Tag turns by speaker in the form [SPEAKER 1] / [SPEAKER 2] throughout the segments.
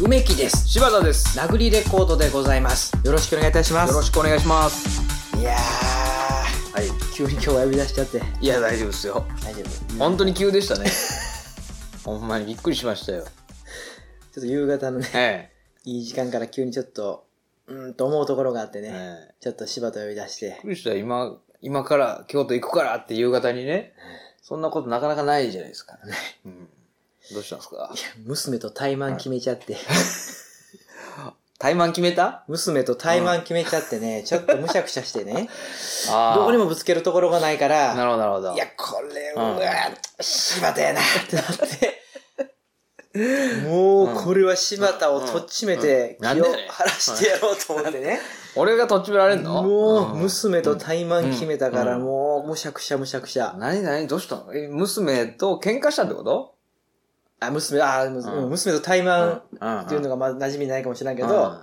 [SPEAKER 1] 梅木です
[SPEAKER 2] 柴田ですよ
[SPEAKER 1] ラグリレコードでございますよろしくお願いいたします
[SPEAKER 2] ろしくお願いします
[SPEAKER 1] いや
[SPEAKER 2] はい
[SPEAKER 1] ー急に今日は呼び出しちゃって
[SPEAKER 2] いや大丈夫ですよ
[SPEAKER 1] 大丈夫
[SPEAKER 2] 本当に急でした ねほんまにびっくりしましたよ
[SPEAKER 1] ちょっと夕方のね
[SPEAKER 2] え
[SPEAKER 1] いい時間から急にちょっとうーんと思うところがあって
[SPEAKER 2] え
[SPEAKER 1] ね、
[SPEAKER 2] ええ
[SPEAKER 1] ちょっと柴田呼び出し
[SPEAKER 2] びってくりした今今から京都行くからって夕方にねそんなことなかなかないじゃないですか、うん、どうしたんですか
[SPEAKER 1] 娘と怠慢決めちゃって、
[SPEAKER 2] 怠慢決めた
[SPEAKER 1] 娘と怠慢決めちゃってね、ちょっとむしゃくしゃして ね
[SPEAKER 2] あ
[SPEAKER 1] どこに
[SPEAKER 2] も
[SPEAKER 1] もぶつけるところがないから
[SPEAKER 2] なるほどなるほど
[SPEAKER 1] いや、これ
[SPEAKER 2] う
[SPEAKER 1] は、
[SPEAKER 2] ん
[SPEAKER 1] うわ柴田やなってなって。もう、これは柴田をとっちめて、
[SPEAKER 2] うんうん
[SPEAKER 1] 気を
[SPEAKER 2] なんでやねん
[SPEAKER 1] 晴らしてやろうと思ってね。
[SPEAKER 2] 俺がとっちめられんの
[SPEAKER 1] もう、
[SPEAKER 2] ん
[SPEAKER 1] 娘と怠慢決めたから、
[SPEAKER 2] うん
[SPEAKER 1] もう、むしゃくしゃむしゃくしゃ。
[SPEAKER 2] 何何どうしたのえ娘と喧嘩したってこと
[SPEAKER 1] あ、娘、あ、む
[SPEAKER 2] うん
[SPEAKER 1] 娘と怠慢
[SPEAKER 2] ん
[SPEAKER 1] っていうのがまあ馴染みないかもしれないけ
[SPEAKER 2] う
[SPEAKER 1] ど
[SPEAKER 2] ん、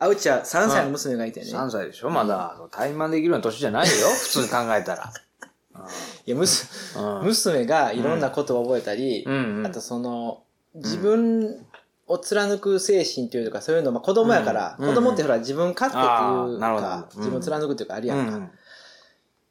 [SPEAKER 1] あうちは3歳の娘がいてね。
[SPEAKER 2] 3歳でしょまだ、怠慢できるような年じゃないよ普通に考えた ら。
[SPEAKER 1] いや、むす
[SPEAKER 2] うん
[SPEAKER 1] 娘がいろんなことを覚えたり、
[SPEAKER 2] うんうん
[SPEAKER 1] あとその、自分を貫く精神というか、そういうの、まあ子供やから、
[SPEAKER 2] うん
[SPEAKER 1] 子供ってほら自分勝手っていう
[SPEAKER 2] あーなる
[SPEAKER 1] か
[SPEAKER 2] ほ、ど
[SPEAKER 1] 自分を貫くというかあるや
[SPEAKER 2] うん
[SPEAKER 1] か。
[SPEAKER 2] ん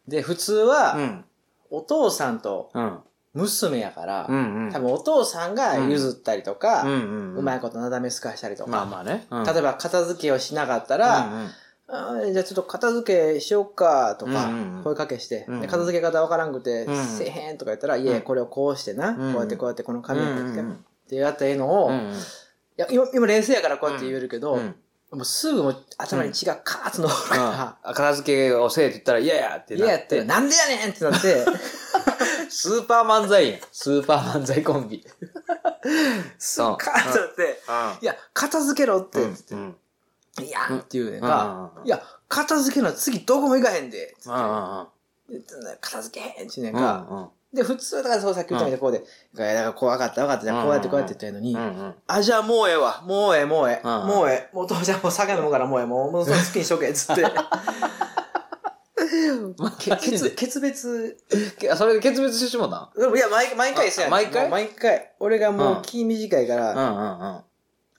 [SPEAKER 1] で、普通
[SPEAKER 2] う
[SPEAKER 1] は、
[SPEAKER 2] ん
[SPEAKER 1] お父さんと
[SPEAKER 2] うん
[SPEAKER 1] 娘やから
[SPEAKER 2] う、んうん
[SPEAKER 1] 多分お父さんが譲ったりとか、
[SPEAKER 2] うんうんうん
[SPEAKER 1] うまいことなだめすかしたりと
[SPEAKER 2] まあ
[SPEAKER 1] か、
[SPEAKER 2] まあね。うん
[SPEAKER 1] 例えば片付けをしなかった
[SPEAKER 2] う
[SPEAKER 1] ら、
[SPEAKER 2] んうん
[SPEAKER 1] あーじゃあちょっと片付けしようかとか
[SPEAKER 2] うんうんうん、
[SPEAKER 1] 声かけして、
[SPEAKER 2] うん
[SPEAKER 1] で片付け方わからんくて
[SPEAKER 2] う、ん
[SPEAKER 1] せえへんとか言ったら、いやいやこれをこうしてな、
[SPEAKER 2] ん
[SPEAKER 1] こうやってこうやってこの紙を持ってきて
[SPEAKER 2] うんうんうん
[SPEAKER 1] ってやったらええのを、
[SPEAKER 2] うんうん
[SPEAKER 1] いや今今冷静やからこうやって言えるけど、
[SPEAKER 2] うん
[SPEAKER 1] もうすぐもう頭に血がカーッと残るか
[SPEAKER 2] あ片付けをせえって言ったら、いやいやって
[SPEAKER 1] ら、
[SPEAKER 2] な
[SPEAKER 1] 嫌
[SPEAKER 2] っ
[SPEAKER 1] やってて、なんでやねんってなって、
[SPEAKER 2] スーパー漫才やん。スーパー漫才コンビ。そう。
[SPEAKER 1] カーッとなって、いや、片付けろって、つって
[SPEAKER 2] うんうん
[SPEAKER 1] いや
[SPEAKER 2] うん
[SPEAKER 1] っていうねん
[SPEAKER 2] うん
[SPEAKER 1] か
[SPEAKER 2] うんう、ん
[SPEAKER 1] いや、片付けるのは次どこも行かへんで、つって
[SPEAKER 2] うん
[SPEAKER 1] 片付けへんって言う
[SPEAKER 2] う
[SPEAKER 1] ねんか、
[SPEAKER 2] ん
[SPEAKER 1] で、普通だからそうさっき言ったみたいにこうで、いや、だからこう分かった分かった、じゃあこうやってこうやって言ったのに、
[SPEAKER 2] うんうん
[SPEAKER 1] あ、じゃあもうええわ。もうええ、もうええ。
[SPEAKER 2] うん
[SPEAKER 1] もうええ。もう父ちゃんもう酒飲むからもうええ。もう、もうその好きにしとけ。 つって。けけつ決別。
[SPEAKER 2] けそれで決別してしもうたん
[SPEAKER 1] でもいや、毎毎回そうやねん
[SPEAKER 2] あ毎回
[SPEAKER 1] もう毎回。俺がも
[SPEAKER 2] う
[SPEAKER 1] うん気短いから、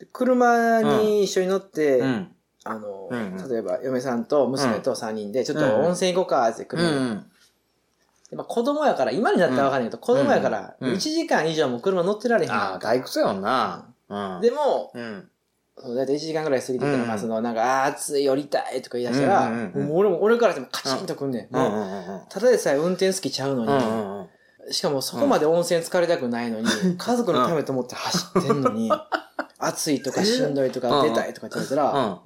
[SPEAKER 2] う
[SPEAKER 1] 車に一緒に乗って、
[SPEAKER 2] んうんうん。うん。
[SPEAKER 1] あの、
[SPEAKER 2] うんうん
[SPEAKER 1] 例えば嫁さんと娘と3人で、ちょっと温泉行こうかって来
[SPEAKER 2] う
[SPEAKER 1] る、
[SPEAKER 2] んうん。
[SPEAKER 1] でまあ子供やから、今になったらわかんないけど、子供やから、
[SPEAKER 2] うん
[SPEAKER 1] 1時間以上も車乗ってられへん。
[SPEAKER 2] ああ、退屈やもんな。うん。
[SPEAKER 1] でも、
[SPEAKER 2] うん。
[SPEAKER 1] そうだいたい1時間ぐらい過ぎてたら、
[SPEAKER 2] うん
[SPEAKER 1] まあその、なんか、あー暑い、寄りたいとか言い出したら、
[SPEAKER 2] うんうんうんうん
[SPEAKER 1] もう俺も、俺からしてもカチンとくんねん。
[SPEAKER 2] う
[SPEAKER 1] もうん
[SPEAKER 2] うんうん
[SPEAKER 1] ただでさえ運転好きちゃうの
[SPEAKER 2] うん。
[SPEAKER 1] に、
[SPEAKER 2] うんうん
[SPEAKER 1] しかもそこまで温泉疲れたくないのに、家族のためと思って走ってんのに、暑いとかしんどいとか
[SPEAKER 2] うん
[SPEAKER 1] 出たいとかって言われた
[SPEAKER 2] う
[SPEAKER 1] ら、
[SPEAKER 2] ん。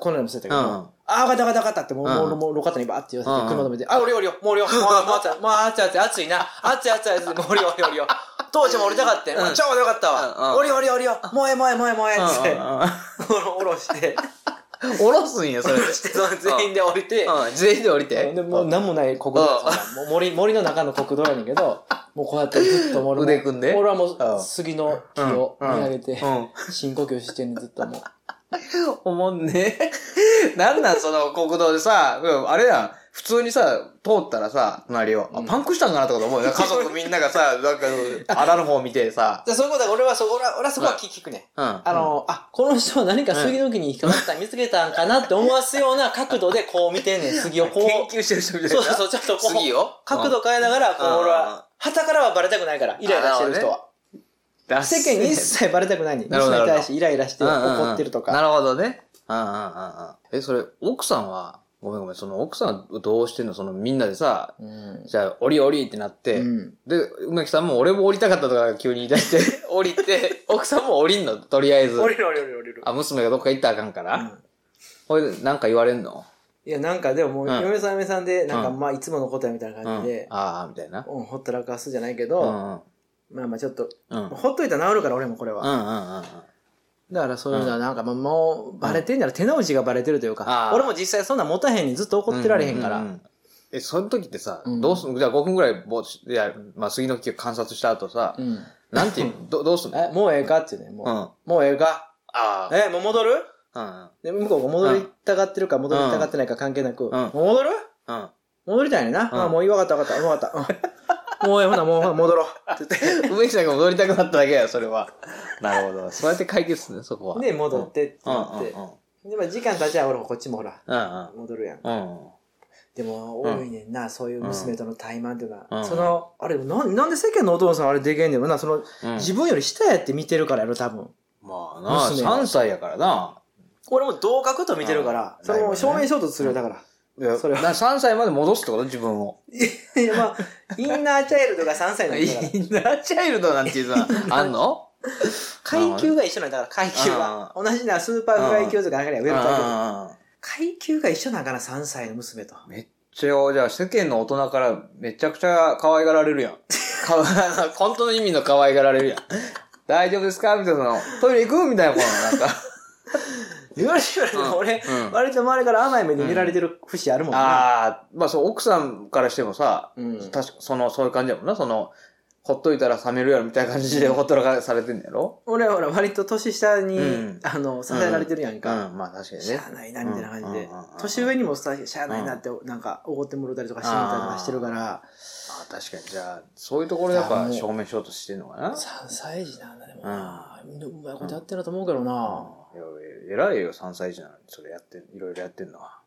[SPEAKER 1] こんなのもそうやったけど、
[SPEAKER 2] うん。
[SPEAKER 1] あー、わかったわかったわかったって、もう、
[SPEAKER 2] うん
[SPEAKER 1] もう、もう、路肩にバーって寄せて、
[SPEAKER 2] うん
[SPEAKER 1] 車止めて、あ、降りよう降りよう、もう降りよう、もう、もう、暑い、もう、暑い、暑い、暑いな、暑い、暑い、暑い、もう降りよう、降りよう降りよう、父ちゃんも降りたかったよ、
[SPEAKER 2] うん
[SPEAKER 1] あちょうどよかった
[SPEAKER 2] うん
[SPEAKER 1] わ、
[SPEAKER 2] うん
[SPEAKER 1] 降りよう、降りよう、降りよう、もうええ、もうええ、もうええ、もうええ、つって、
[SPEAKER 2] う
[SPEAKER 1] おろ、おろして、
[SPEAKER 2] ん。おろすんや、そ
[SPEAKER 1] お
[SPEAKER 2] れ。
[SPEAKER 1] ろ して、その 全員で降りて、
[SPEAKER 2] うん。全員で降りて。
[SPEAKER 1] でもう何もない国道やつもう森森の中の国道やねんけ どもうこうやってずっと俺も
[SPEAKER 2] 腕組んで
[SPEAKER 1] 俺はも
[SPEAKER 2] う
[SPEAKER 1] うん杉の木
[SPEAKER 2] うん
[SPEAKER 1] を見上げて
[SPEAKER 2] うん。
[SPEAKER 1] 深呼吸してんねんずっ ともう
[SPEAKER 2] おもんね。 なんなん、その国道でさ、うんあれやん。普通にさ、通ったらさ、隣を、あパンクしたんかなとかと思うよ。家族みんなが さ、なんか、あらの方見てさ。
[SPEAKER 1] でそういうことは俺はそ俺は俺はそこは聞聞くねん
[SPEAKER 2] うん。
[SPEAKER 1] あのあこの人は何か杉の木に引っかかった見つけたんかなって思わすような角度でこう見てんねん杉をこう
[SPEAKER 2] 研究してる人みたい
[SPEAKER 1] そう
[SPEAKER 2] な。
[SPEAKER 1] そうちょっとこ
[SPEAKER 2] 次
[SPEAKER 1] う
[SPEAKER 2] よ。
[SPEAKER 1] 角度変えながらこう
[SPEAKER 2] うん
[SPEAKER 1] 俺は旗からはバレたくないからイライラしてる人は
[SPEAKER 2] うん、
[SPEAKER 1] 世間に一切バレたくないねん
[SPEAKER 2] なるほど
[SPEAKER 1] 娘に対してイライラして怒ってるとか
[SPEAKER 2] なるほどね。うんうんうんうん。え、それ、奥さんは、ごめんごめん、その奥さんはどうしてんのそのみんなでさ、
[SPEAKER 1] うん
[SPEAKER 2] じゃあ、降り降りってなって、
[SPEAKER 1] うん
[SPEAKER 2] で、梅木さんも俺も降りたかったとか急に言い出して、 降りて、奥さんも降りんの、とりあえず。
[SPEAKER 1] 降りる降りる降りる
[SPEAKER 2] あ、娘がどっか行ったらあかんか
[SPEAKER 1] う
[SPEAKER 2] ら。
[SPEAKER 1] ん
[SPEAKER 2] ほいで、なんか言われんの
[SPEAKER 1] いやなんかでももう
[SPEAKER 2] うん
[SPEAKER 1] 嫁さん嫁さんでなんか
[SPEAKER 2] うん
[SPEAKER 1] まあいつものことやみたいな
[SPEAKER 2] う
[SPEAKER 1] 感じ
[SPEAKER 2] ん
[SPEAKER 1] で。、
[SPEAKER 2] ああ、みたいな。
[SPEAKER 1] うん、ほったらかすじゃないけ
[SPEAKER 2] う
[SPEAKER 1] ど、
[SPEAKER 2] んうん。
[SPEAKER 1] まあまあちょっと
[SPEAKER 2] うん。うんうん
[SPEAKER 1] ほっといたら治るから俺もこれは、
[SPEAKER 2] うんうん。
[SPEAKER 1] だからそういうのはなんかまあもうバレてんなら手直しがバレてるというか、
[SPEAKER 2] あー
[SPEAKER 1] 俺も実際そんなん持たへんにずっと怒ってられへんから、
[SPEAKER 2] うううえ、その時ってさ、
[SPEAKER 1] うん
[SPEAKER 2] どうすんじゃあ5分ぐらいぼいや、まあ、杉の木を観察した後さ、
[SPEAKER 1] うん
[SPEAKER 2] なんていうのどどうすんの
[SPEAKER 1] えもうええかっていうねもう,、
[SPEAKER 2] うん。
[SPEAKER 1] もうええか
[SPEAKER 2] あ
[SPEAKER 1] えもう戻る
[SPEAKER 2] あ。
[SPEAKER 1] で向こうが戻りたがってるか戻りたがってないか関係なく、
[SPEAKER 2] ん
[SPEAKER 1] もう戻る
[SPEAKER 2] うん。うん。
[SPEAKER 1] 戻りたいねんな、
[SPEAKER 2] うん
[SPEAKER 1] ああもういいわかったわかったわかった、うん もうええほな、もうほな戻ろう。って言っ
[SPEAKER 2] 梅木さんが戻りたくなっただけや、それは。なるほど。そうやって解決するね、そこは。
[SPEAKER 1] て。で、戻ってって
[SPEAKER 2] うん
[SPEAKER 1] 言
[SPEAKER 2] うん
[SPEAKER 1] っ
[SPEAKER 2] うん。
[SPEAKER 1] て。で、まあ時間経ちゃ、ほら、こっちもほら、
[SPEAKER 2] うん
[SPEAKER 1] 戻るやん。
[SPEAKER 2] うん。うん。
[SPEAKER 1] でも、多いねんな、そういう娘との怠慢っていうの
[SPEAKER 2] うん
[SPEAKER 1] は。その、あれ、なんなんで世間のお父さんあれでけんねんもな、その、
[SPEAKER 2] うん
[SPEAKER 1] 自分より下やって見てるからやろ、多分。
[SPEAKER 2] まあな、
[SPEAKER 1] 娘が
[SPEAKER 2] 3歳やからな。
[SPEAKER 1] 俺も同格と見てるから、
[SPEAKER 2] うん
[SPEAKER 1] それもう正面衝突するよ、だから。
[SPEAKER 2] いや
[SPEAKER 1] それは
[SPEAKER 2] な3歳まで戻すってこと自分を。
[SPEAKER 1] いや、まあ、インナーチャイルドが3歳なんだから。
[SPEAKER 2] インナーチャイルドなんていうの はあんの
[SPEAKER 1] 階級が一緒なんだから、階級は。同じな、スーパーフライ級とかあれや、上の階級。
[SPEAKER 2] うん
[SPEAKER 1] 階級が一緒なんかな、3歳の娘と。
[SPEAKER 2] めっちゃ、じゃあ世間の大人からめちゃくちゃ可愛がられるやん。かわ 本当の意味の可愛がられるやん。大丈夫ですかみたいなの。トイレ行くみたいなことなんか。
[SPEAKER 1] 言われてる
[SPEAKER 2] うん
[SPEAKER 1] の俺、
[SPEAKER 2] うん
[SPEAKER 1] 割と周りから甘い目で見られてる節あるもんな。
[SPEAKER 2] ああ、まあそう、奥さんからしてもさ、
[SPEAKER 1] うん
[SPEAKER 2] 確か、その、そういう感じやもんな。その、ほっといたら冷めるやろみたいな感じでほったらかされてんのやろ
[SPEAKER 1] 俺はほら、割と年下に、
[SPEAKER 2] うん
[SPEAKER 1] あの、支えられてるやん
[SPEAKER 2] うん
[SPEAKER 1] か。、
[SPEAKER 2] まあ確かに
[SPEAKER 1] し
[SPEAKER 2] ね
[SPEAKER 1] ゃ。あないな、みたいな感じで
[SPEAKER 2] うんうんうんうん。
[SPEAKER 1] 年上にもさ、しゃあないなって、なんか、おごってもろたりとかしてみたりとかしてるから、
[SPEAKER 2] あー確かに。じゃあ、そういうところやっぱ証明しようとしてんのかな。
[SPEAKER 1] 3歳児なんだ、でもな。うまいことやってるなと思うけどな。
[SPEAKER 2] いや偉いよ、3歳児なのに。それやって、いろいろやってんのは。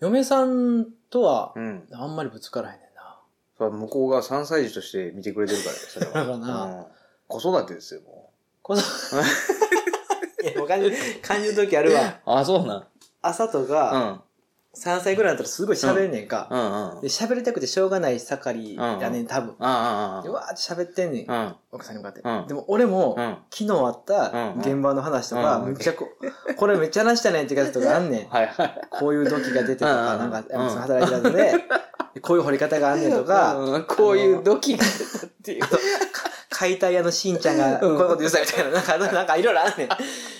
[SPEAKER 1] 嫁さんとは、
[SPEAKER 2] うん。
[SPEAKER 1] あんまりぶつからへんねんな。
[SPEAKER 2] それは向こうが3歳児として見てくれてるからよそれ
[SPEAKER 1] だ
[SPEAKER 2] は。
[SPEAKER 1] からな
[SPEAKER 2] うん子育てですよ、も
[SPEAKER 1] こ のいや、もう感じる、感じる時あるわ。
[SPEAKER 2] う。あ、そうなん。
[SPEAKER 1] 朝と
[SPEAKER 2] う
[SPEAKER 1] か、
[SPEAKER 2] ん。
[SPEAKER 1] 3歳ぐらいだったらすごい喋んねんか。
[SPEAKER 2] うんうん。
[SPEAKER 1] で、喋りたくてしょうがない盛りやねん、多分。
[SPEAKER 2] ああ、あ
[SPEAKER 1] でうわーって喋ってんねん、
[SPEAKER 2] あ、
[SPEAKER 1] 奥さんに向かって。
[SPEAKER 2] うん
[SPEAKER 1] でも俺も、
[SPEAKER 2] うん。うん。
[SPEAKER 1] 昨日あった
[SPEAKER 2] うん
[SPEAKER 1] 現場の話とか、
[SPEAKER 2] うん
[SPEAKER 1] めっちゃこ、これめっちゃ話したねんってやつとかあん ねん。
[SPEAKER 2] はいはい。
[SPEAKER 1] こういう時が出てとか、
[SPEAKER 2] うんう
[SPEAKER 1] なんんか、そ
[SPEAKER 2] うん
[SPEAKER 1] の働いてたの で、こういう掘り方があんねんとか、
[SPEAKER 2] うん、こういうドキが出たっていう。
[SPEAKER 1] 解体屋のしんちゃんがこう
[SPEAKER 2] う
[SPEAKER 1] い
[SPEAKER 2] ん
[SPEAKER 1] うこと言うさみたいな、なんか、なんかいろいろあんねん。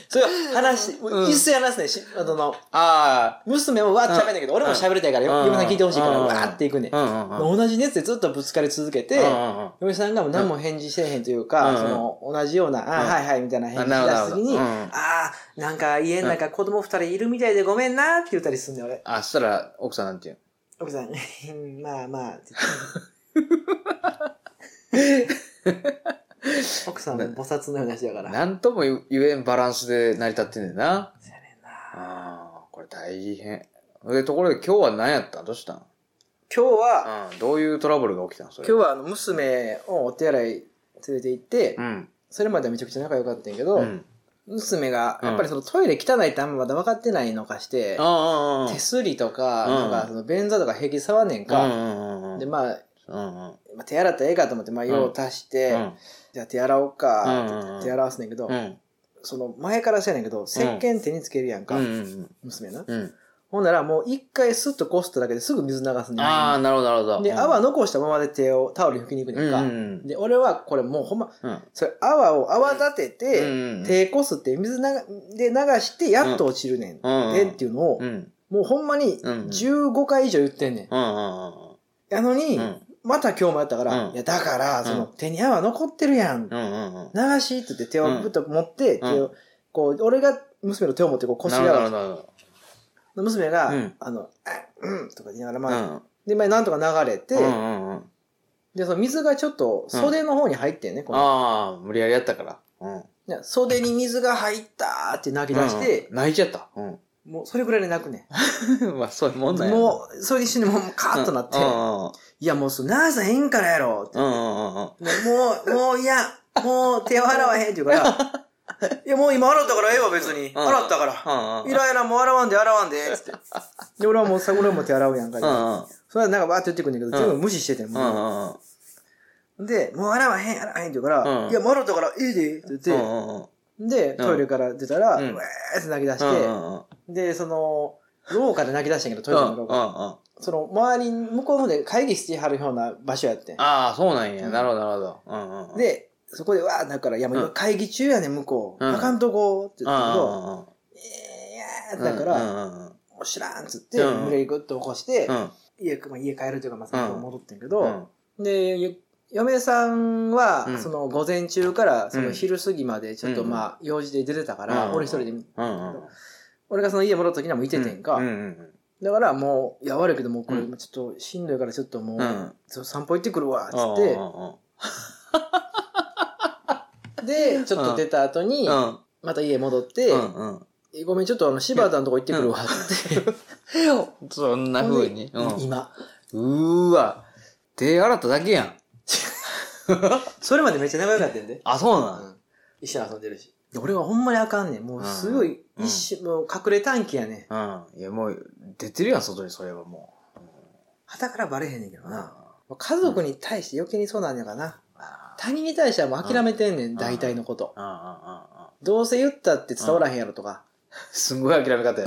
[SPEAKER 1] そういう話、
[SPEAKER 2] うん
[SPEAKER 1] 一切話すねんし。あの、
[SPEAKER 2] あ
[SPEAKER 1] 娘もわーって喋んねんけど、俺も喋りたいから、
[SPEAKER 2] うん
[SPEAKER 1] 嫁さん聞いてほしいから、
[SPEAKER 2] うん
[SPEAKER 1] わーっていくねん
[SPEAKER 2] あ。う。んうんうん。
[SPEAKER 1] 同じ熱でずっとぶつかり続けて、
[SPEAKER 2] で、
[SPEAKER 1] 嫁さんがもう何も返事せえへんというか、
[SPEAKER 2] うん
[SPEAKER 1] その同じような、あ
[SPEAKER 2] うん
[SPEAKER 1] はいはいみたいな返事
[SPEAKER 2] なるほ
[SPEAKER 1] 出
[SPEAKER 2] ど
[SPEAKER 1] すときに、
[SPEAKER 2] うん
[SPEAKER 1] ああー、なんか家の中子供二人いるみたいでごめんなって言ったりすんねん、俺。
[SPEAKER 2] あ、そしたら奥さんなんていう
[SPEAKER 1] 奥さん、うんまあまあって 言って。奥さんも菩薩のような人だから。
[SPEAKER 2] の
[SPEAKER 1] な
[SPEAKER 2] なんとも言えんバランスで成り立ってんねんな。
[SPEAKER 1] せやねんな
[SPEAKER 2] ああ、これ大変。で、ところで今日は何やったんどうしたん
[SPEAKER 1] 今日は、
[SPEAKER 2] うん。どういうトラブルが起きたんそ
[SPEAKER 1] 今
[SPEAKER 2] れ。
[SPEAKER 1] 日はあの娘をお手洗い連れて行って、
[SPEAKER 2] うん。
[SPEAKER 1] それまではめちゃくちゃ仲良かったんやけど、
[SPEAKER 2] うん。
[SPEAKER 1] 娘が
[SPEAKER 2] うん
[SPEAKER 1] やっぱりそのトイレ汚いってあんままだ分かってないのかして、
[SPEAKER 2] ああ、ああ。
[SPEAKER 1] 手すりとか、
[SPEAKER 2] うん
[SPEAKER 1] なんかその便座とか平気で触んねん
[SPEAKER 2] うん
[SPEAKER 1] か。
[SPEAKER 2] うんうんうん。
[SPEAKER 1] で、まあ、
[SPEAKER 2] うんうん。
[SPEAKER 1] まあ手洗ったらええかと思って、まあ、用を足して、じゃあ手洗おうか、って言って手洗わすねんけど、
[SPEAKER 2] うん。
[SPEAKER 1] その前からそうやねんけど、石鹸手につけるやん
[SPEAKER 2] う
[SPEAKER 1] か、
[SPEAKER 2] んうん
[SPEAKER 1] 娘な。
[SPEAKER 2] うん。
[SPEAKER 1] ほんならもう一回スッとこすっただけですぐ水流すね
[SPEAKER 2] ああ、
[SPEAKER 1] ん。
[SPEAKER 2] なるほど、なるほど。
[SPEAKER 1] で、泡残したままで手をタオルに拭きに行く
[SPEAKER 2] う
[SPEAKER 1] ねん
[SPEAKER 2] ん
[SPEAKER 1] か。
[SPEAKER 2] うん
[SPEAKER 1] で、俺はこれもうほんま、
[SPEAKER 2] うん。
[SPEAKER 1] それ泡を泡立てて、
[SPEAKER 2] うん
[SPEAKER 1] 手こすって水ながで流してやっと落ちるねん。
[SPEAKER 2] うん
[SPEAKER 1] でっていうのを、
[SPEAKER 2] うんうん
[SPEAKER 1] もうほんまに
[SPEAKER 2] うん
[SPEAKER 1] 15回以上言ってんねん。
[SPEAKER 2] うんうん
[SPEAKER 1] やのに、
[SPEAKER 2] うん
[SPEAKER 1] また今日もやったから、
[SPEAKER 2] うん
[SPEAKER 1] いや、だから、その、
[SPEAKER 2] う
[SPEAKER 1] 手に泡残ってるやん。
[SPEAKER 2] うんうんうん
[SPEAKER 1] 流しって言って手をぶっと持って、手を、こう、俺が娘の手を持ってこうこす
[SPEAKER 2] な
[SPEAKER 1] り
[SPEAKER 2] る
[SPEAKER 1] 合
[SPEAKER 2] ほ
[SPEAKER 1] う
[SPEAKER 2] ど
[SPEAKER 1] わけ。
[SPEAKER 2] なるほ
[SPEAKER 1] 娘が、
[SPEAKER 2] うん
[SPEAKER 1] あの、あうんとか言いながら、
[SPEAKER 2] ど
[SPEAKER 1] まあ、で、まあ、なんとか流れて、
[SPEAKER 2] うんうんうんうん
[SPEAKER 1] で、その水がちょっと袖の方に入ってんね、この
[SPEAKER 2] ああ無理やりやったからうん
[SPEAKER 1] で袖に水が入ったーって泣き出して
[SPEAKER 2] う、ん泣いちゃったう
[SPEAKER 1] もうそれぐらいで泣くね。
[SPEAKER 2] ん まあそういうもんなんやな
[SPEAKER 1] もう、それで一瞬でもうカーッとなって、
[SPEAKER 2] う
[SPEAKER 1] いや、もうそれ、なさへんからやろって
[SPEAKER 2] んうんうんうんうん
[SPEAKER 1] もう、もういや、もう手を洗わへんって言う から、いや、もう今洗ったからええわ、別に。
[SPEAKER 2] うん
[SPEAKER 1] 洗ったから。
[SPEAKER 2] うんうん
[SPEAKER 1] イライラもう洗わんで、洗わんで、つって。で、俺はもう、さ俺はもう手洗うやんか。
[SPEAKER 2] うんうん
[SPEAKER 1] それはなんかバーって言ってくんだけど、
[SPEAKER 2] ん
[SPEAKER 1] 全部無視しててん、
[SPEAKER 2] う
[SPEAKER 1] もう。
[SPEAKER 2] んうん
[SPEAKER 1] で、もう洗わへん、洗わへんって言うから、
[SPEAKER 2] うん
[SPEAKER 1] いや、もう洗ったからええで、って言って、
[SPEAKER 2] うんうんうん
[SPEAKER 1] で、トイレから出たら、
[SPEAKER 2] う
[SPEAKER 1] うんわーって泣き出して、
[SPEAKER 2] うんうん
[SPEAKER 1] で、その、廊下で泣き出したんやけど、トイレ
[SPEAKER 2] う
[SPEAKER 1] の
[SPEAKER 2] んう
[SPEAKER 1] 廊
[SPEAKER 2] ん
[SPEAKER 1] 下。
[SPEAKER 2] うん
[SPEAKER 1] その、周り、向こうの方で会議してはるような場所やってん。
[SPEAKER 2] ああ、そうなん
[SPEAKER 1] う
[SPEAKER 2] や。
[SPEAKER 1] ん
[SPEAKER 2] なるほど、なるほど。うんうんうん、
[SPEAKER 1] で、そこで、わー、だから、いや、もう今
[SPEAKER 2] うん
[SPEAKER 1] 会議中やねん、向こう。
[SPEAKER 2] うん
[SPEAKER 1] あかんとこ、って
[SPEAKER 2] う
[SPEAKER 1] 言
[SPEAKER 2] ん
[SPEAKER 1] ったけ
[SPEAKER 2] う
[SPEAKER 1] ど、
[SPEAKER 2] んうん
[SPEAKER 1] えーだから、
[SPEAKER 2] う
[SPEAKER 1] も
[SPEAKER 2] んうんうん
[SPEAKER 1] う知らんっつって、
[SPEAKER 2] うん
[SPEAKER 1] 無理やりグッと起こして、
[SPEAKER 2] うん
[SPEAKER 1] 家、まあ、家帰るというか、まあ、その戻ってんけ
[SPEAKER 2] う
[SPEAKER 1] ど、
[SPEAKER 2] ん
[SPEAKER 1] で、ゆ嫁さんは、
[SPEAKER 2] うん
[SPEAKER 1] その、午前中から、そうの、
[SPEAKER 2] ん
[SPEAKER 1] 昼過ぎまで、ちょっと、
[SPEAKER 2] うん
[SPEAKER 1] まあ、用事で出てたから、
[SPEAKER 2] うん
[SPEAKER 1] 俺一人で、
[SPEAKER 2] うんうん
[SPEAKER 1] 俺がその家戻った時にはもういててんか、
[SPEAKER 2] うんうん
[SPEAKER 1] だからもう、いや、悪いけどもうこれ、
[SPEAKER 2] う
[SPEAKER 1] ちょっとしんどいからちょっともう、
[SPEAKER 2] うん。
[SPEAKER 1] そう散歩行ってくるわ、つ
[SPEAKER 2] うん
[SPEAKER 1] って、で、ちょっと出た後に
[SPEAKER 2] う、ん。
[SPEAKER 1] また家戻って
[SPEAKER 2] う、ん。うん。
[SPEAKER 1] えごめん、ちょっとあの、柴田のとこ行ってく るわ、つって。
[SPEAKER 2] そんな風に。
[SPEAKER 1] ほんで今。
[SPEAKER 2] うん。うーわ。手洗っただけやん。
[SPEAKER 1] それまでめっちゃ仲良かったんで。
[SPEAKER 2] あ、そうなん
[SPEAKER 1] うん一緒に遊んでるし。で俺はほんまにあかんねん。もうすごい、
[SPEAKER 2] うん
[SPEAKER 1] 一瞬、もう隠れ短期やねん。
[SPEAKER 2] うん。いや、もう、出てるやん、外に、それはも
[SPEAKER 1] 旗からバレへんねんけど
[SPEAKER 2] う。
[SPEAKER 1] な。もう家族に対して余計にそうなんやからな。
[SPEAKER 2] あ
[SPEAKER 1] 他人に対してはもう諦めてんね
[SPEAKER 2] ん
[SPEAKER 1] ん、大体のこと。
[SPEAKER 2] あ。ああ。
[SPEAKER 1] どうせ言ったって伝わらへんやろとか。
[SPEAKER 2] すんごい諦め方や。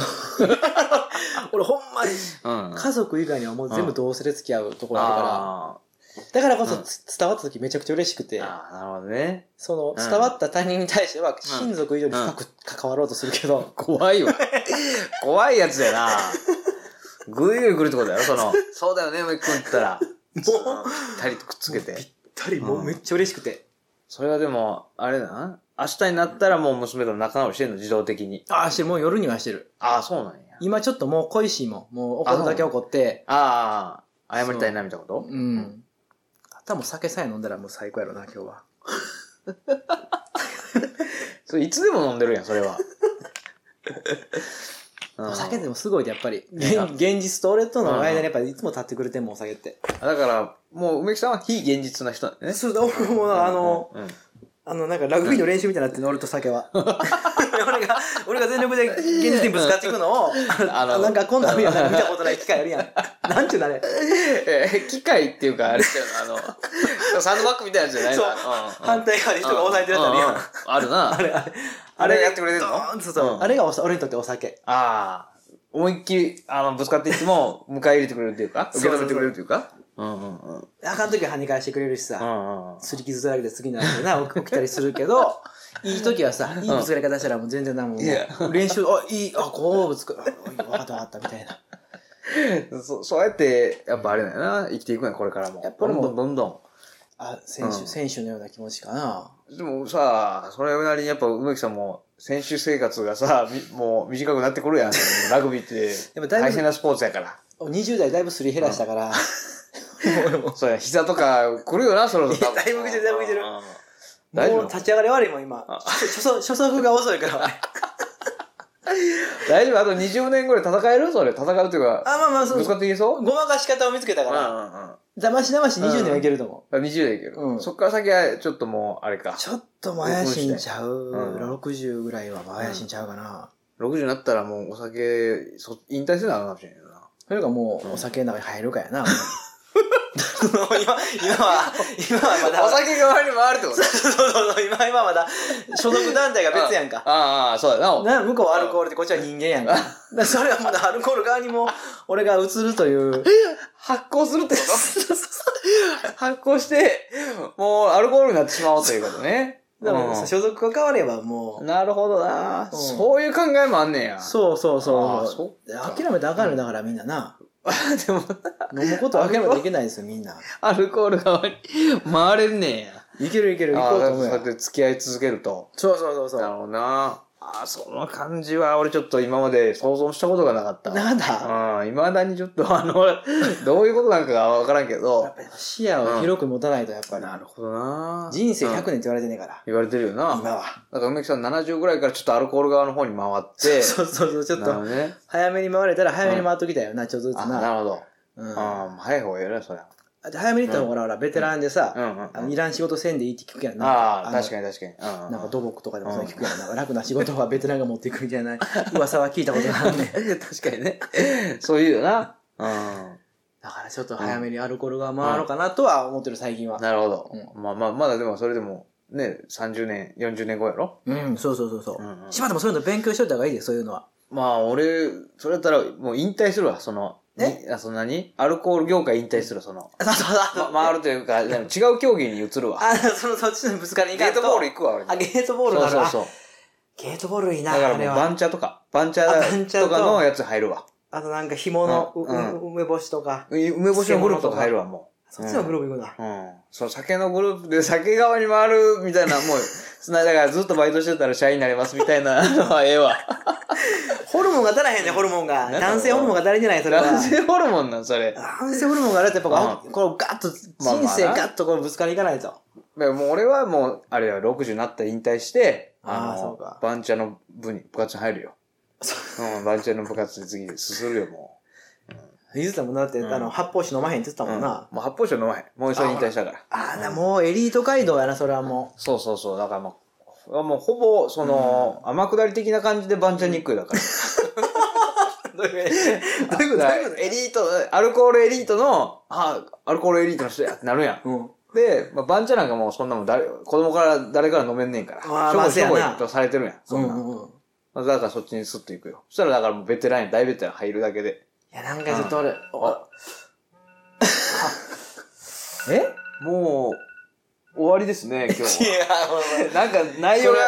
[SPEAKER 1] 俺ほんまに、
[SPEAKER 2] うん
[SPEAKER 1] 家族以外にはもう全部同性で付き合うところあるか
[SPEAKER 2] あ
[SPEAKER 1] ら。だからこそ
[SPEAKER 2] うん
[SPEAKER 1] つ伝わった時めちゃくちゃ嬉しくて
[SPEAKER 2] ー、あー、なるほどね。
[SPEAKER 1] その
[SPEAKER 2] うん
[SPEAKER 1] 伝わった他人に対しては親族以上に深く関わろうとするけど、
[SPEAKER 2] 怖いわ。 怖いやつやな。ぐいぐい来るってことやろ、その。そうだよね、もう一個言ったら。もう、ぴったりとくっつけて。
[SPEAKER 1] 二人もうめっちゃ嬉しくて。
[SPEAKER 2] それはでも、あれだな。明日になったらもう娘と仲直りしてんの、自動的に。
[SPEAKER 1] ああ、してる。もう夜にはしてる。
[SPEAKER 2] ああ、そうなんや。
[SPEAKER 1] 今ちょっともう恋しいもん。もう怒るだけ怒って。
[SPEAKER 2] ああ、謝りたいな、みたいなこと
[SPEAKER 1] うん。あとはもう酒さえ飲んだらもう最高やろな、今日は。
[SPEAKER 2] それいつでも飲んでるやん、それは。 うん
[SPEAKER 1] お酒でもすごいで、やっぱり。
[SPEAKER 2] いや
[SPEAKER 1] 現現実と俺との間にやっぱりいつも立ってくれてんもん、お酒って。
[SPEAKER 2] だから、もう梅木さんは非現実な人なんだね。
[SPEAKER 1] そうだ、俺もなあの、
[SPEAKER 2] うん、うん
[SPEAKER 1] あの、なんかラグビーの練習みたいになってんの、俺と酒は。 俺が、俺が全力で現実にぶつかっていくのを、
[SPEAKER 2] あの、
[SPEAKER 1] なんかこんなん見たことない機会あるやん。なんちゅうだね。
[SPEAKER 2] えー機械っていうか、あれだよな、あ の、サンドバッグみたいなやつじゃないの
[SPEAKER 1] そう
[SPEAKER 2] あのうんうん
[SPEAKER 1] 反対側で人が押さえてるやつあるやん。
[SPEAKER 2] あるな。
[SPEAKER 1] あれ、あれ、
[SPEAKER 2] あれやってくれてんの
[SPEAKER 1] ドーンそうそう
[SPEAKER 2] うん
[SPEAKER 1] あれがおさ俺にとってお酒。
[SPEAKER 2] ああ。思いっきり、あの、ぶつかっていっても、迎え入れてくれるっていうか、
[SPEAKER 1] そう
[SPEAKER 2] 受
[SPEAKER 1] そ
[SPEAKER 2] け
[SPEAKER 1] うそう
[SPEAKER 2] 止めてくれるっていうか。うんうんうん。うん
[SPEAKER 1] あかん時は跳ね返してくれるし
[SPEAKER 2] う
[SPEAKER 1] さ、
[SPEAKER 2] んうん。
[SPEAKER 1] 擦り傷だらけで次の朝な、起きたりするけ ど、いい時はさ、いいぶつかり方したらもう全然なもん。
[SPEAKER 2] いや
[SPEAKER 1] 練習、あ、いい、あ、こうぶつか、あ、わかったわかったみたいな。
[SPEAKER 2] そそうやって、やっぱあれだよな、生きていくね、これからも。
[SPEAKER 1] やっぱりもう
[SPEAKER 2] どんどんどんど
[SPEAKER 1] あ、選
[SPEAKER 2] う
[SPEAKER 1] 手、
[SPEAKER 2] ん
[SPEAKER 1] 選手のような気持ちかな。
[SPEAKER 2] ん。でもさ、それなりにやっぱ梅木さんも、選手生活がさ、みもう短くなってくるやん。ラグビーって、
[SPEAKER 1] でもだいぶ
[SPEAKER 2] 大変なスポーツやから。
[SPEAKER 1] 20代だいぶすり減らしたから、
[SPEAKER 2] そうや、膝とか来るよな、そろそろ。
[SPEAKER 1] いやだいぶ来てるだいぶ来てる
[SPEAKER 2] うん大丈夫
[SPEAKER 1] もう立ち上がり悪いもん今。
[SPEAKER 2] あ
[SPEAKER 1] 初速初速が遅いから。
[SPEAKER 2] 大丈夫あと20年ぐらい戦えるそれ。戦うっていうか、
[SPEAKER 1] あ、まあまあ、そ
[SPEAKER 2] ぶ
[SPEAKER 1] う
[SPEAKER 2] つかっていけそう
[SPEAKER 1] ごまかし方を見つけた
[SPEAKER 2] うんう
[SPEAKER 1] か
[SPEAKER 2] んうん。
[SPEAKER 1] ら、
[SPEAKER 2] あ
[SPEAKER 1] だましだまし20年はいけると思
[SPEAKER 2] 20でいける。
[SPEAKER 1] うん
[SPEAKER 2] そっから先は、ちょっともう、あれか
[SPEAKER 1] う。。ちょっとも怪しいんちゃう。
[SPEAKER 2] うん
[SPEAKER 1] 60ぐらいはもう怪しいんちゃうかな。
[SPEAKER 2] 60になったらもうお酒、そ引退せなあかんかもしれんよな。
[SPEAKER 1] それがもうお酒の中に入るか やな。今、今は、今はまだ、
[SPEAKER 2] お酒代わりに回るって こと
[SPEAKER 1] そうそうそう、今今まだ、所属団体が別やんか。
[SPEAKER 2] ああ、そうやな。
[SPEAKER 1] な向こうはアルコールでこっちは人間やんか。だからそれはまだアルコール側にも、俺が移るという。
[SPEAKER 2] 発酵するってこと発酵して、もうアルコールになってしまおうということね。
[SPEAKER 1] でも
[SPEAKER 2] うん
[SPEAKER 1] 所属が変わればも
[SPEAKER 2] なるほどな。
[SPEAKER 1] うん
[SPEAKER 2] そういう考えもあんねんや。
[SPEAKER 1] う、そうそう
[SPEAKER 2] あ
[SPEAKER 1] そ
[SPEAKER 2] ー
[SPEAKER 1] う。
[SPEAKER 2] そっか
[SPEAKER 1] 諦めたらあかんのだからみんなな。
[SPEAKER 2] う。でも、
[SPEAKER 1] 飲むことは諦めていけないですよ、みんな。
[SPEAKER 2] アルコール代わりに回れんねんや。
[SPEAKER 1] いけるいける、行こうと思う
[SPEAKER 2] ああそうやっ
[SPEAKER 1] よ。
[SPEAKER 2] て付き合い続けると。
[SPEAKER 1] そうそうそうそ
[SPEAKER 2] なる
[SPEAKER 1] う。
[SPEAKER 2] ほどな。ああ、その感じは俺ちょっと今まで想像したことがなかった。
[SPEAKER 1] なんだ
[SPEAKER 2] うん、いまだにちょっとあの、 どういうことなんかがわからんけ
[SPEAKER 1] や
[SPEAKER 2] ど
[SPEAKER 1] っ。ぱり視野を広く持たないと、やっぱり。
[SPEAKER 2] なるほどな。
[SPEAKER 1] 人生100
[SPEAKER 2] うん
[SPEAKER 1] 年って言われてねえから、
[SPEAKER 2] 言われてるよな。
[SPEAKER 1] 今は。
[SPEAKER 2] だから梅木さん70ぐらいからちょっとアルコール側の方に回 って。
[SPEAKER 1] そうそうそう、ちょっ
[SPEAKER 2] なるほ
[SPEAKER 1] と、
[SPEAKER 2] どね。
[SPEAKER 1] 早めに回れたら早めに回っときたいよな、ちょっとずつ
[SPEAKER 2] あ、な
[SPEAKER 1] な。
[SPEAKER 2] るほど。
[SPEAKER 1] うん。だ
[SPEAKER 2] ああ、早い方が偉い、そりゃ。
[SPEAKER 1] って早めに行ったらほらほら、ベテランで
[SPEAKER 2] うん
[SPEAKER 1] さ、
[SPEAKER 2] うん
[SPEAKER 1] あの
[SPEAKER 2] うん。
[SPEAKER 1] いらん仕事せんでいいって聞くやんな。
[SPEAKER 2] ああ、確かに確かに。うんうん
[SPEAKER 1] なんか土木とかでもそれ聞くやんな。楽な仕事はベテランが持っていくみたい な噂は聞いたことがあるね。
[SPEAKER 2] 確かにね。そういうよな。うん。
[SPEAKER 1] だからちょっと早めにアルコールが回ろうかなとは思ってる最近は。
[SPEAKER 2] なるほど。
[SPEAKER 1] う
[SPEAKER 2] まあまあ、まだでもそれでも、ね、30年、40年後やろ
[SPEAKER 1] うん、そうそうそうそう
[SPEAKER 2] うんうん
[SPEAKER 1] 柴田もそういうの勉強しといた方がいいで、そういうのは。
[SPEAKER 2] まあ俺、それだったらもう引退するわ、その、
[SPEAKER 1] え
[SPEAKER 2] にあ、そんなにアルコール業界引退する、その。
[SPEAKER 1] そうそうそう。
[SPEAKER 2] ま、回るというか、なんか違う競技に移るわ。
[SPEAKER 1] あ、その、そっちのぶつかりに
[SPEAKER 2] ゲートボール行
[SPEAKER 1] く。
[SPEAKER 2] くわ、俺。
[SPEAKER 1] あ、ゲートボール
[SPEAKER 2] そ
[SPEAKER 1] な
[SPEAKER 2] う
[SPEAKER 1] の
[SPEAKER 2] そう
[SPEAKER 1] う
[SPEAKER 2] そう。
[SPEAKER 1] ゲートボールいいな、
[SPEAKER 2] だから
[SPEAKER 1] あ
[SPEAKER 2] もう
[SPEAKER 1] れ
[SPEAKER 2] バ
[SPEAKER 1] は。
[SPEAKER 2] ンチャーとか、バンチ
[SPEAKER 1] あバン
[SPEAKER 2] ャ
[SPEAKER 1] チャー
[SPEAKER 2] ーと
[SPEAKER 1] と
[SPEAKER 2] かのやつ入るわ。
[SPEAKER 1] あとなんか紐のう
[SPEAKER 2] うんうん
[SPEAKER 1] う梅干しとか。
[SPEAKER 2] う梅干しのグループとか入るわ、もう。
[SPEAKER 1] そっちのグループ行くな。
[SPEAKER 2] うん。その酒のグループで酒側に回るみたいな、もう、つなだからずっとバイトしてたら社員になりますみたいなのはええわ。
[SPEAKER 1] ホルモンが足らへんね、ホルモンが。
[SPEAKER 2] なんだろう
[SPEAKER 1] 男性ホルモンが足りてない、それは。
[SPEAKER 2] 男性ホルモンなん、それ。
[SPEAKER 1] 男性ホルモンがあると、やっぱこう、こうガッと、
[SPEAKER 2] まあまあ
[SPEAKER 1] 人
[SPEAKER 2] な
[SPEAKER 1] 生ガッとこうぶつかりいかないと。
[SPEAKER 2] でももう俺はもう、あれだよ、60になったら引退して、
[SPEAKER 1] あー
[SPEAKER 2] の
[SPEAKER 1] そうか
[SPEAKER 2] バンチャの部に、部活に入るよ。うん、バンチャの部活に次、すするよ、も
[SPEAKER 1] 言ってたもんな、だって、
[SPEAKER 2] うん
[SPEAKER 1] あの、発泡酒飲まへんって言ってた
[SPEAKER 2] う。
[SPEAKER 1] もんな。
[SPEAKER 2] うんもう発泡酒飲まへん。もう一緒に引退したから。
[SPEAKER 1] ああ、だもうエリート街道やな、それはも
[SPEAKER 2] そうそうそう、だからもう、もうほぼ、その、天下り的な感じでバンチャに行くよ、だ から。
[SPEAKER 1] う。どういう ことどういうこと
[SPEAKER 2] だからエリート、アルコールエリートの、あ、アルコールエリートの人やってなるやん。
[SPEAKER 1] うん。
[SPEAKER 2] で、まあ、バンチャなんかもうそんなもん誰、子供から誰から飲めんねんから。
[SPEAKER 1] あー
[SPEAKER 2] しょ
[SPEAKER 1] まあ
[SPEAKER 2] ぼしょぼ
[SPEAKER 1] そうやな
[SPEAKER 2] とされてるやん。そんな。
[SPEAKER 1] うんうんうん。
[SPEAKER 2] まあだからそっちにスッと行くよ。そしたらだからもうベテランや、大ベテラン入るだけで。
[SPEAKER 1] いや、なんかちょっと俺、 お
[SPEAKER 2] えもう、終わりです ね、今
[SPEAKER 1] い
[SPEAKER 2] 日。
[SPEAKER 1] や、
[SPEAKER 2] なんか内容が
[SPEAKER 1] それ、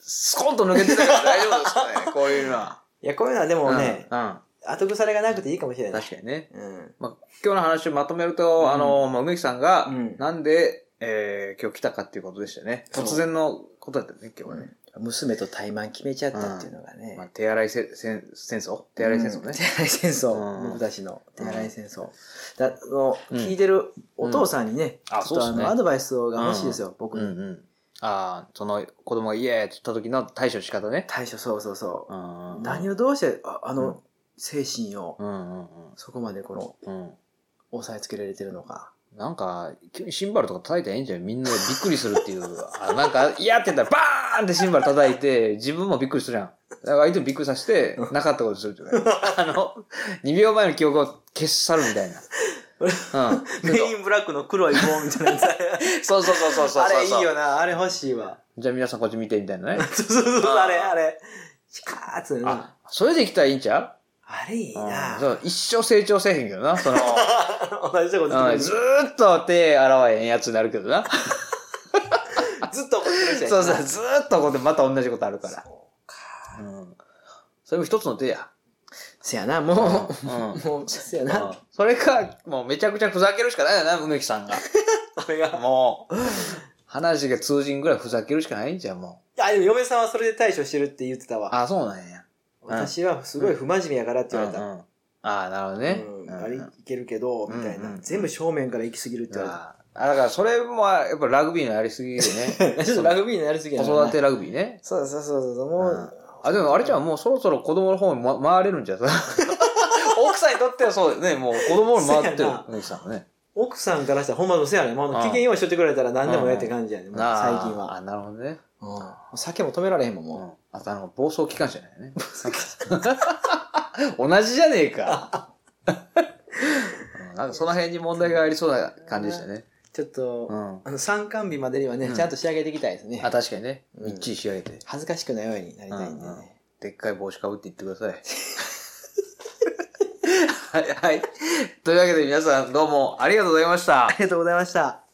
[SPEAKER 2] スコンと抜けてたから大丈夫ですか ね、こういうのは。
[SPEAKER 1] いや、こういうのはでもね、
[SPEAKER 2] うん。うん
[SPEAKER 1] 後腐れがなくていいかもしれない。
[SPEAKER 2] 確かにね。
[SPEAKER 1] うん。
[SPEAKER 2] まあ、今日の話をまとめる
[SPEAKER 1] う
[SPEAKER 2] と、
[SPEAKER 1] ん
[SPEAKER 2] あの、まあ、梅木さんが、
[SPEAKER 1] うん
[SPEAKER 2] なんで、えー、今日来たかっていうことでしたね。
[SPEAKER 1] そう
[SPEAKER 2] 突然のことだったよね、今日はね。
[SPEAKER 1] 娘と怠慢決めちゃったっていうのがね。
[SPEAKER 2] まあ、手洗いせ戦戦争手洗い戦争
[SPEAKER 1] うん
[SPEAKER 2] ね
[SPEAKER 1] 手。洗い戦争。
[SPEAKER 2] うん
[SPEAKER 1] 僕たちの手洗い戦争。だあの
[SPEAKER 2] うん
[SPEAKER 1] 聞いてるお父さんにね、
[SPEAKER 2] うんあ
[SPEAKER 1] ちょっと
[SPEAKER 2] そう
[SPEAKER 1] あ
[SPEAKER 2] っすね
[SPEAKER 1] の、アドバイスが欲しいですよ、僕
[SPEAKER 2] うん
[SPEAKER 1] に。
[SPEAKER 2] うん。ああ、その子供がイエーって言った時の対処の仕方ね。
[SPEAKER 1] 対処、そうそうそう。
[SPEAKER 2] うん
[SPEAKER 1] 何をどうして、ああ
[SPEAKER 2] うん
[SPEAKER 1] の、精神を、
[SPEAKER 2] うんうんうん
[SPEAKER 1] そこまでこの、
[SPEAKER 2] うん。
[SPEAKER 1] 押さえつけられてるの か。
[SPEAKER 2] なんか、急にシンバルとか叩いたらええんじゃん。みんなびっくりするっていう。 あなんか、いやって言ったら、バーンってシンバル叩いて、自分もびっくりするやん。だから相手もびっくりさせて、 なかったことするじゃない。あの、2秒前の記憶を消し去るみたいな。 うん。
[SPEAKER 1] ンブラックの黒い棒みたいなやつ。
[SPEAKER 2] そうそうそうそうそうそう。
[SPEAKER 1] あれいいよな、あれ欲しいわ。
[SPEAKER 2] じゃあ皆さんこっち見てみたいなね。
[SPEAKER 1] そうそうそう、あれ、あれ。 チカーッつうの
[SPEAKER 2] あ、それできたらいいんちゃ
[SPEAKER 1] あれいいう
[SPEAKER 2] うん
[SPEAKER 1] な。
[SPEAKER 2] そう一生成長せえへんけどな。その、
[SPEAKER 1] 同じとこずっ
[SPEAKER 2] うんずーっと手洗わへんやつになるけどな。
[SPEAKER 1] と、ずっと怒ってる人や
[SPEAKER 2] そうそう、ずーっとこうでまた同じことあるから。うん。それも一つの手や。
[SPEAKER 1] せやな、も
[SPEAKER 2] うん
[SPEAKER 1] う、もう、せやな。
[SPEAKER 2] それか、もうめちゃくちゃふざけるしかないよな、梅木さんが。
[SPEAKER 1] それが。
[SPEAKER 2] もう、話が通じんぐらいふざけるしかないんじゃん、も
[SPEAKER 1] あ、でも嫁さんはそれで対処してるって言ってた
[SPEAKER 2] う。
[SPEAKER 1] わ。
[SPEAKER 2] あ、そうなんや。
[SPEAKER 1] 私はすごい不真面目やからって言われた。
[SPEAKER 2] うんうんああ、なるほどね。
[SPEAKER 1] うん、
[SPEAKER 2] うん
[SPEAKER 1] あれいけるけど、みたい
[SPEAKER 2] うんう
[SPEAKER 1] な。
[SPEAKER 2] ん
[SPEAKER 1] 全部正面から行き過ぎるって言わ
[SPEAKER 2] ああだからそれも、やっぱラグビーのやりすぎで
[SPEAKER 1] れ
[SPEAKER 2] ね。
[SPEAKER 1] た。ちょっとラグビーになりすぎ
[SPEAKER 2] 子
[SPEAKER 1] やな。
[SPEAKER 2] 育てラグビーね。
[SPEAKER 1] そうそうそうそう、も
[SPEAKER 2] うん
[SPEAKER 1] う、
[SPEAKER 2] あ、でもあれじゃん、もうそろそろ子供の方に、ま、回れるんじゃん。 奥さんにとってはそうだよね、もう子供に回って
[SPEAKER 1] そう
[SPEAKER 2] る
[SPEAKER 1] やな。
[SPEAKER 2] 梅木さんはね。
[SPEAKER 1] 奥さんからしたらほんまのせやね。まあ、
[SPEAKER 2] うん
[SPEAKER 1] 機嫌用意しとってくれたら何でもええって感じやね。もう
[SPEAKER 2] なあ
[SPEAKER 1] 最近は。
[SPEAKER 2] あ、なるほどね。
[SPEAKER 1] うん酒も止められへんもん、
[SPEAKER 2] う
[SPEAKER 1] も
[SPEAKER 2] ん。あとあの、暴走機関車だよね。同じじゃねえか。 うんなんかその辺に問題がありそうな感じでしたね。
[SPEAKER 1] う。 ちょっと
[SPEAKER 2] う、ん。
[SPEAKER 1] あの、参観日までにはね、
[SPEAKER 2] うん
[SPEAKER 1] ちゃんと仕上げていきたいですね
[SPEAKER 2] あ、。確かにね。
[SPEAKER 1] うん
[SPEAKER 2] みっちり仕上げて。
[SPEAKER 1] 恥ずかしくないようになりたいんで
[SPEAKER 2] うんうん
[SPEAKER 1] ね。
[SPEAKER 2] でっかい帽子かぶっていってください。 はい、はい。というわけで皆さんどうもありがとうございました
[SPEAKER 1] あ。りがとうございました。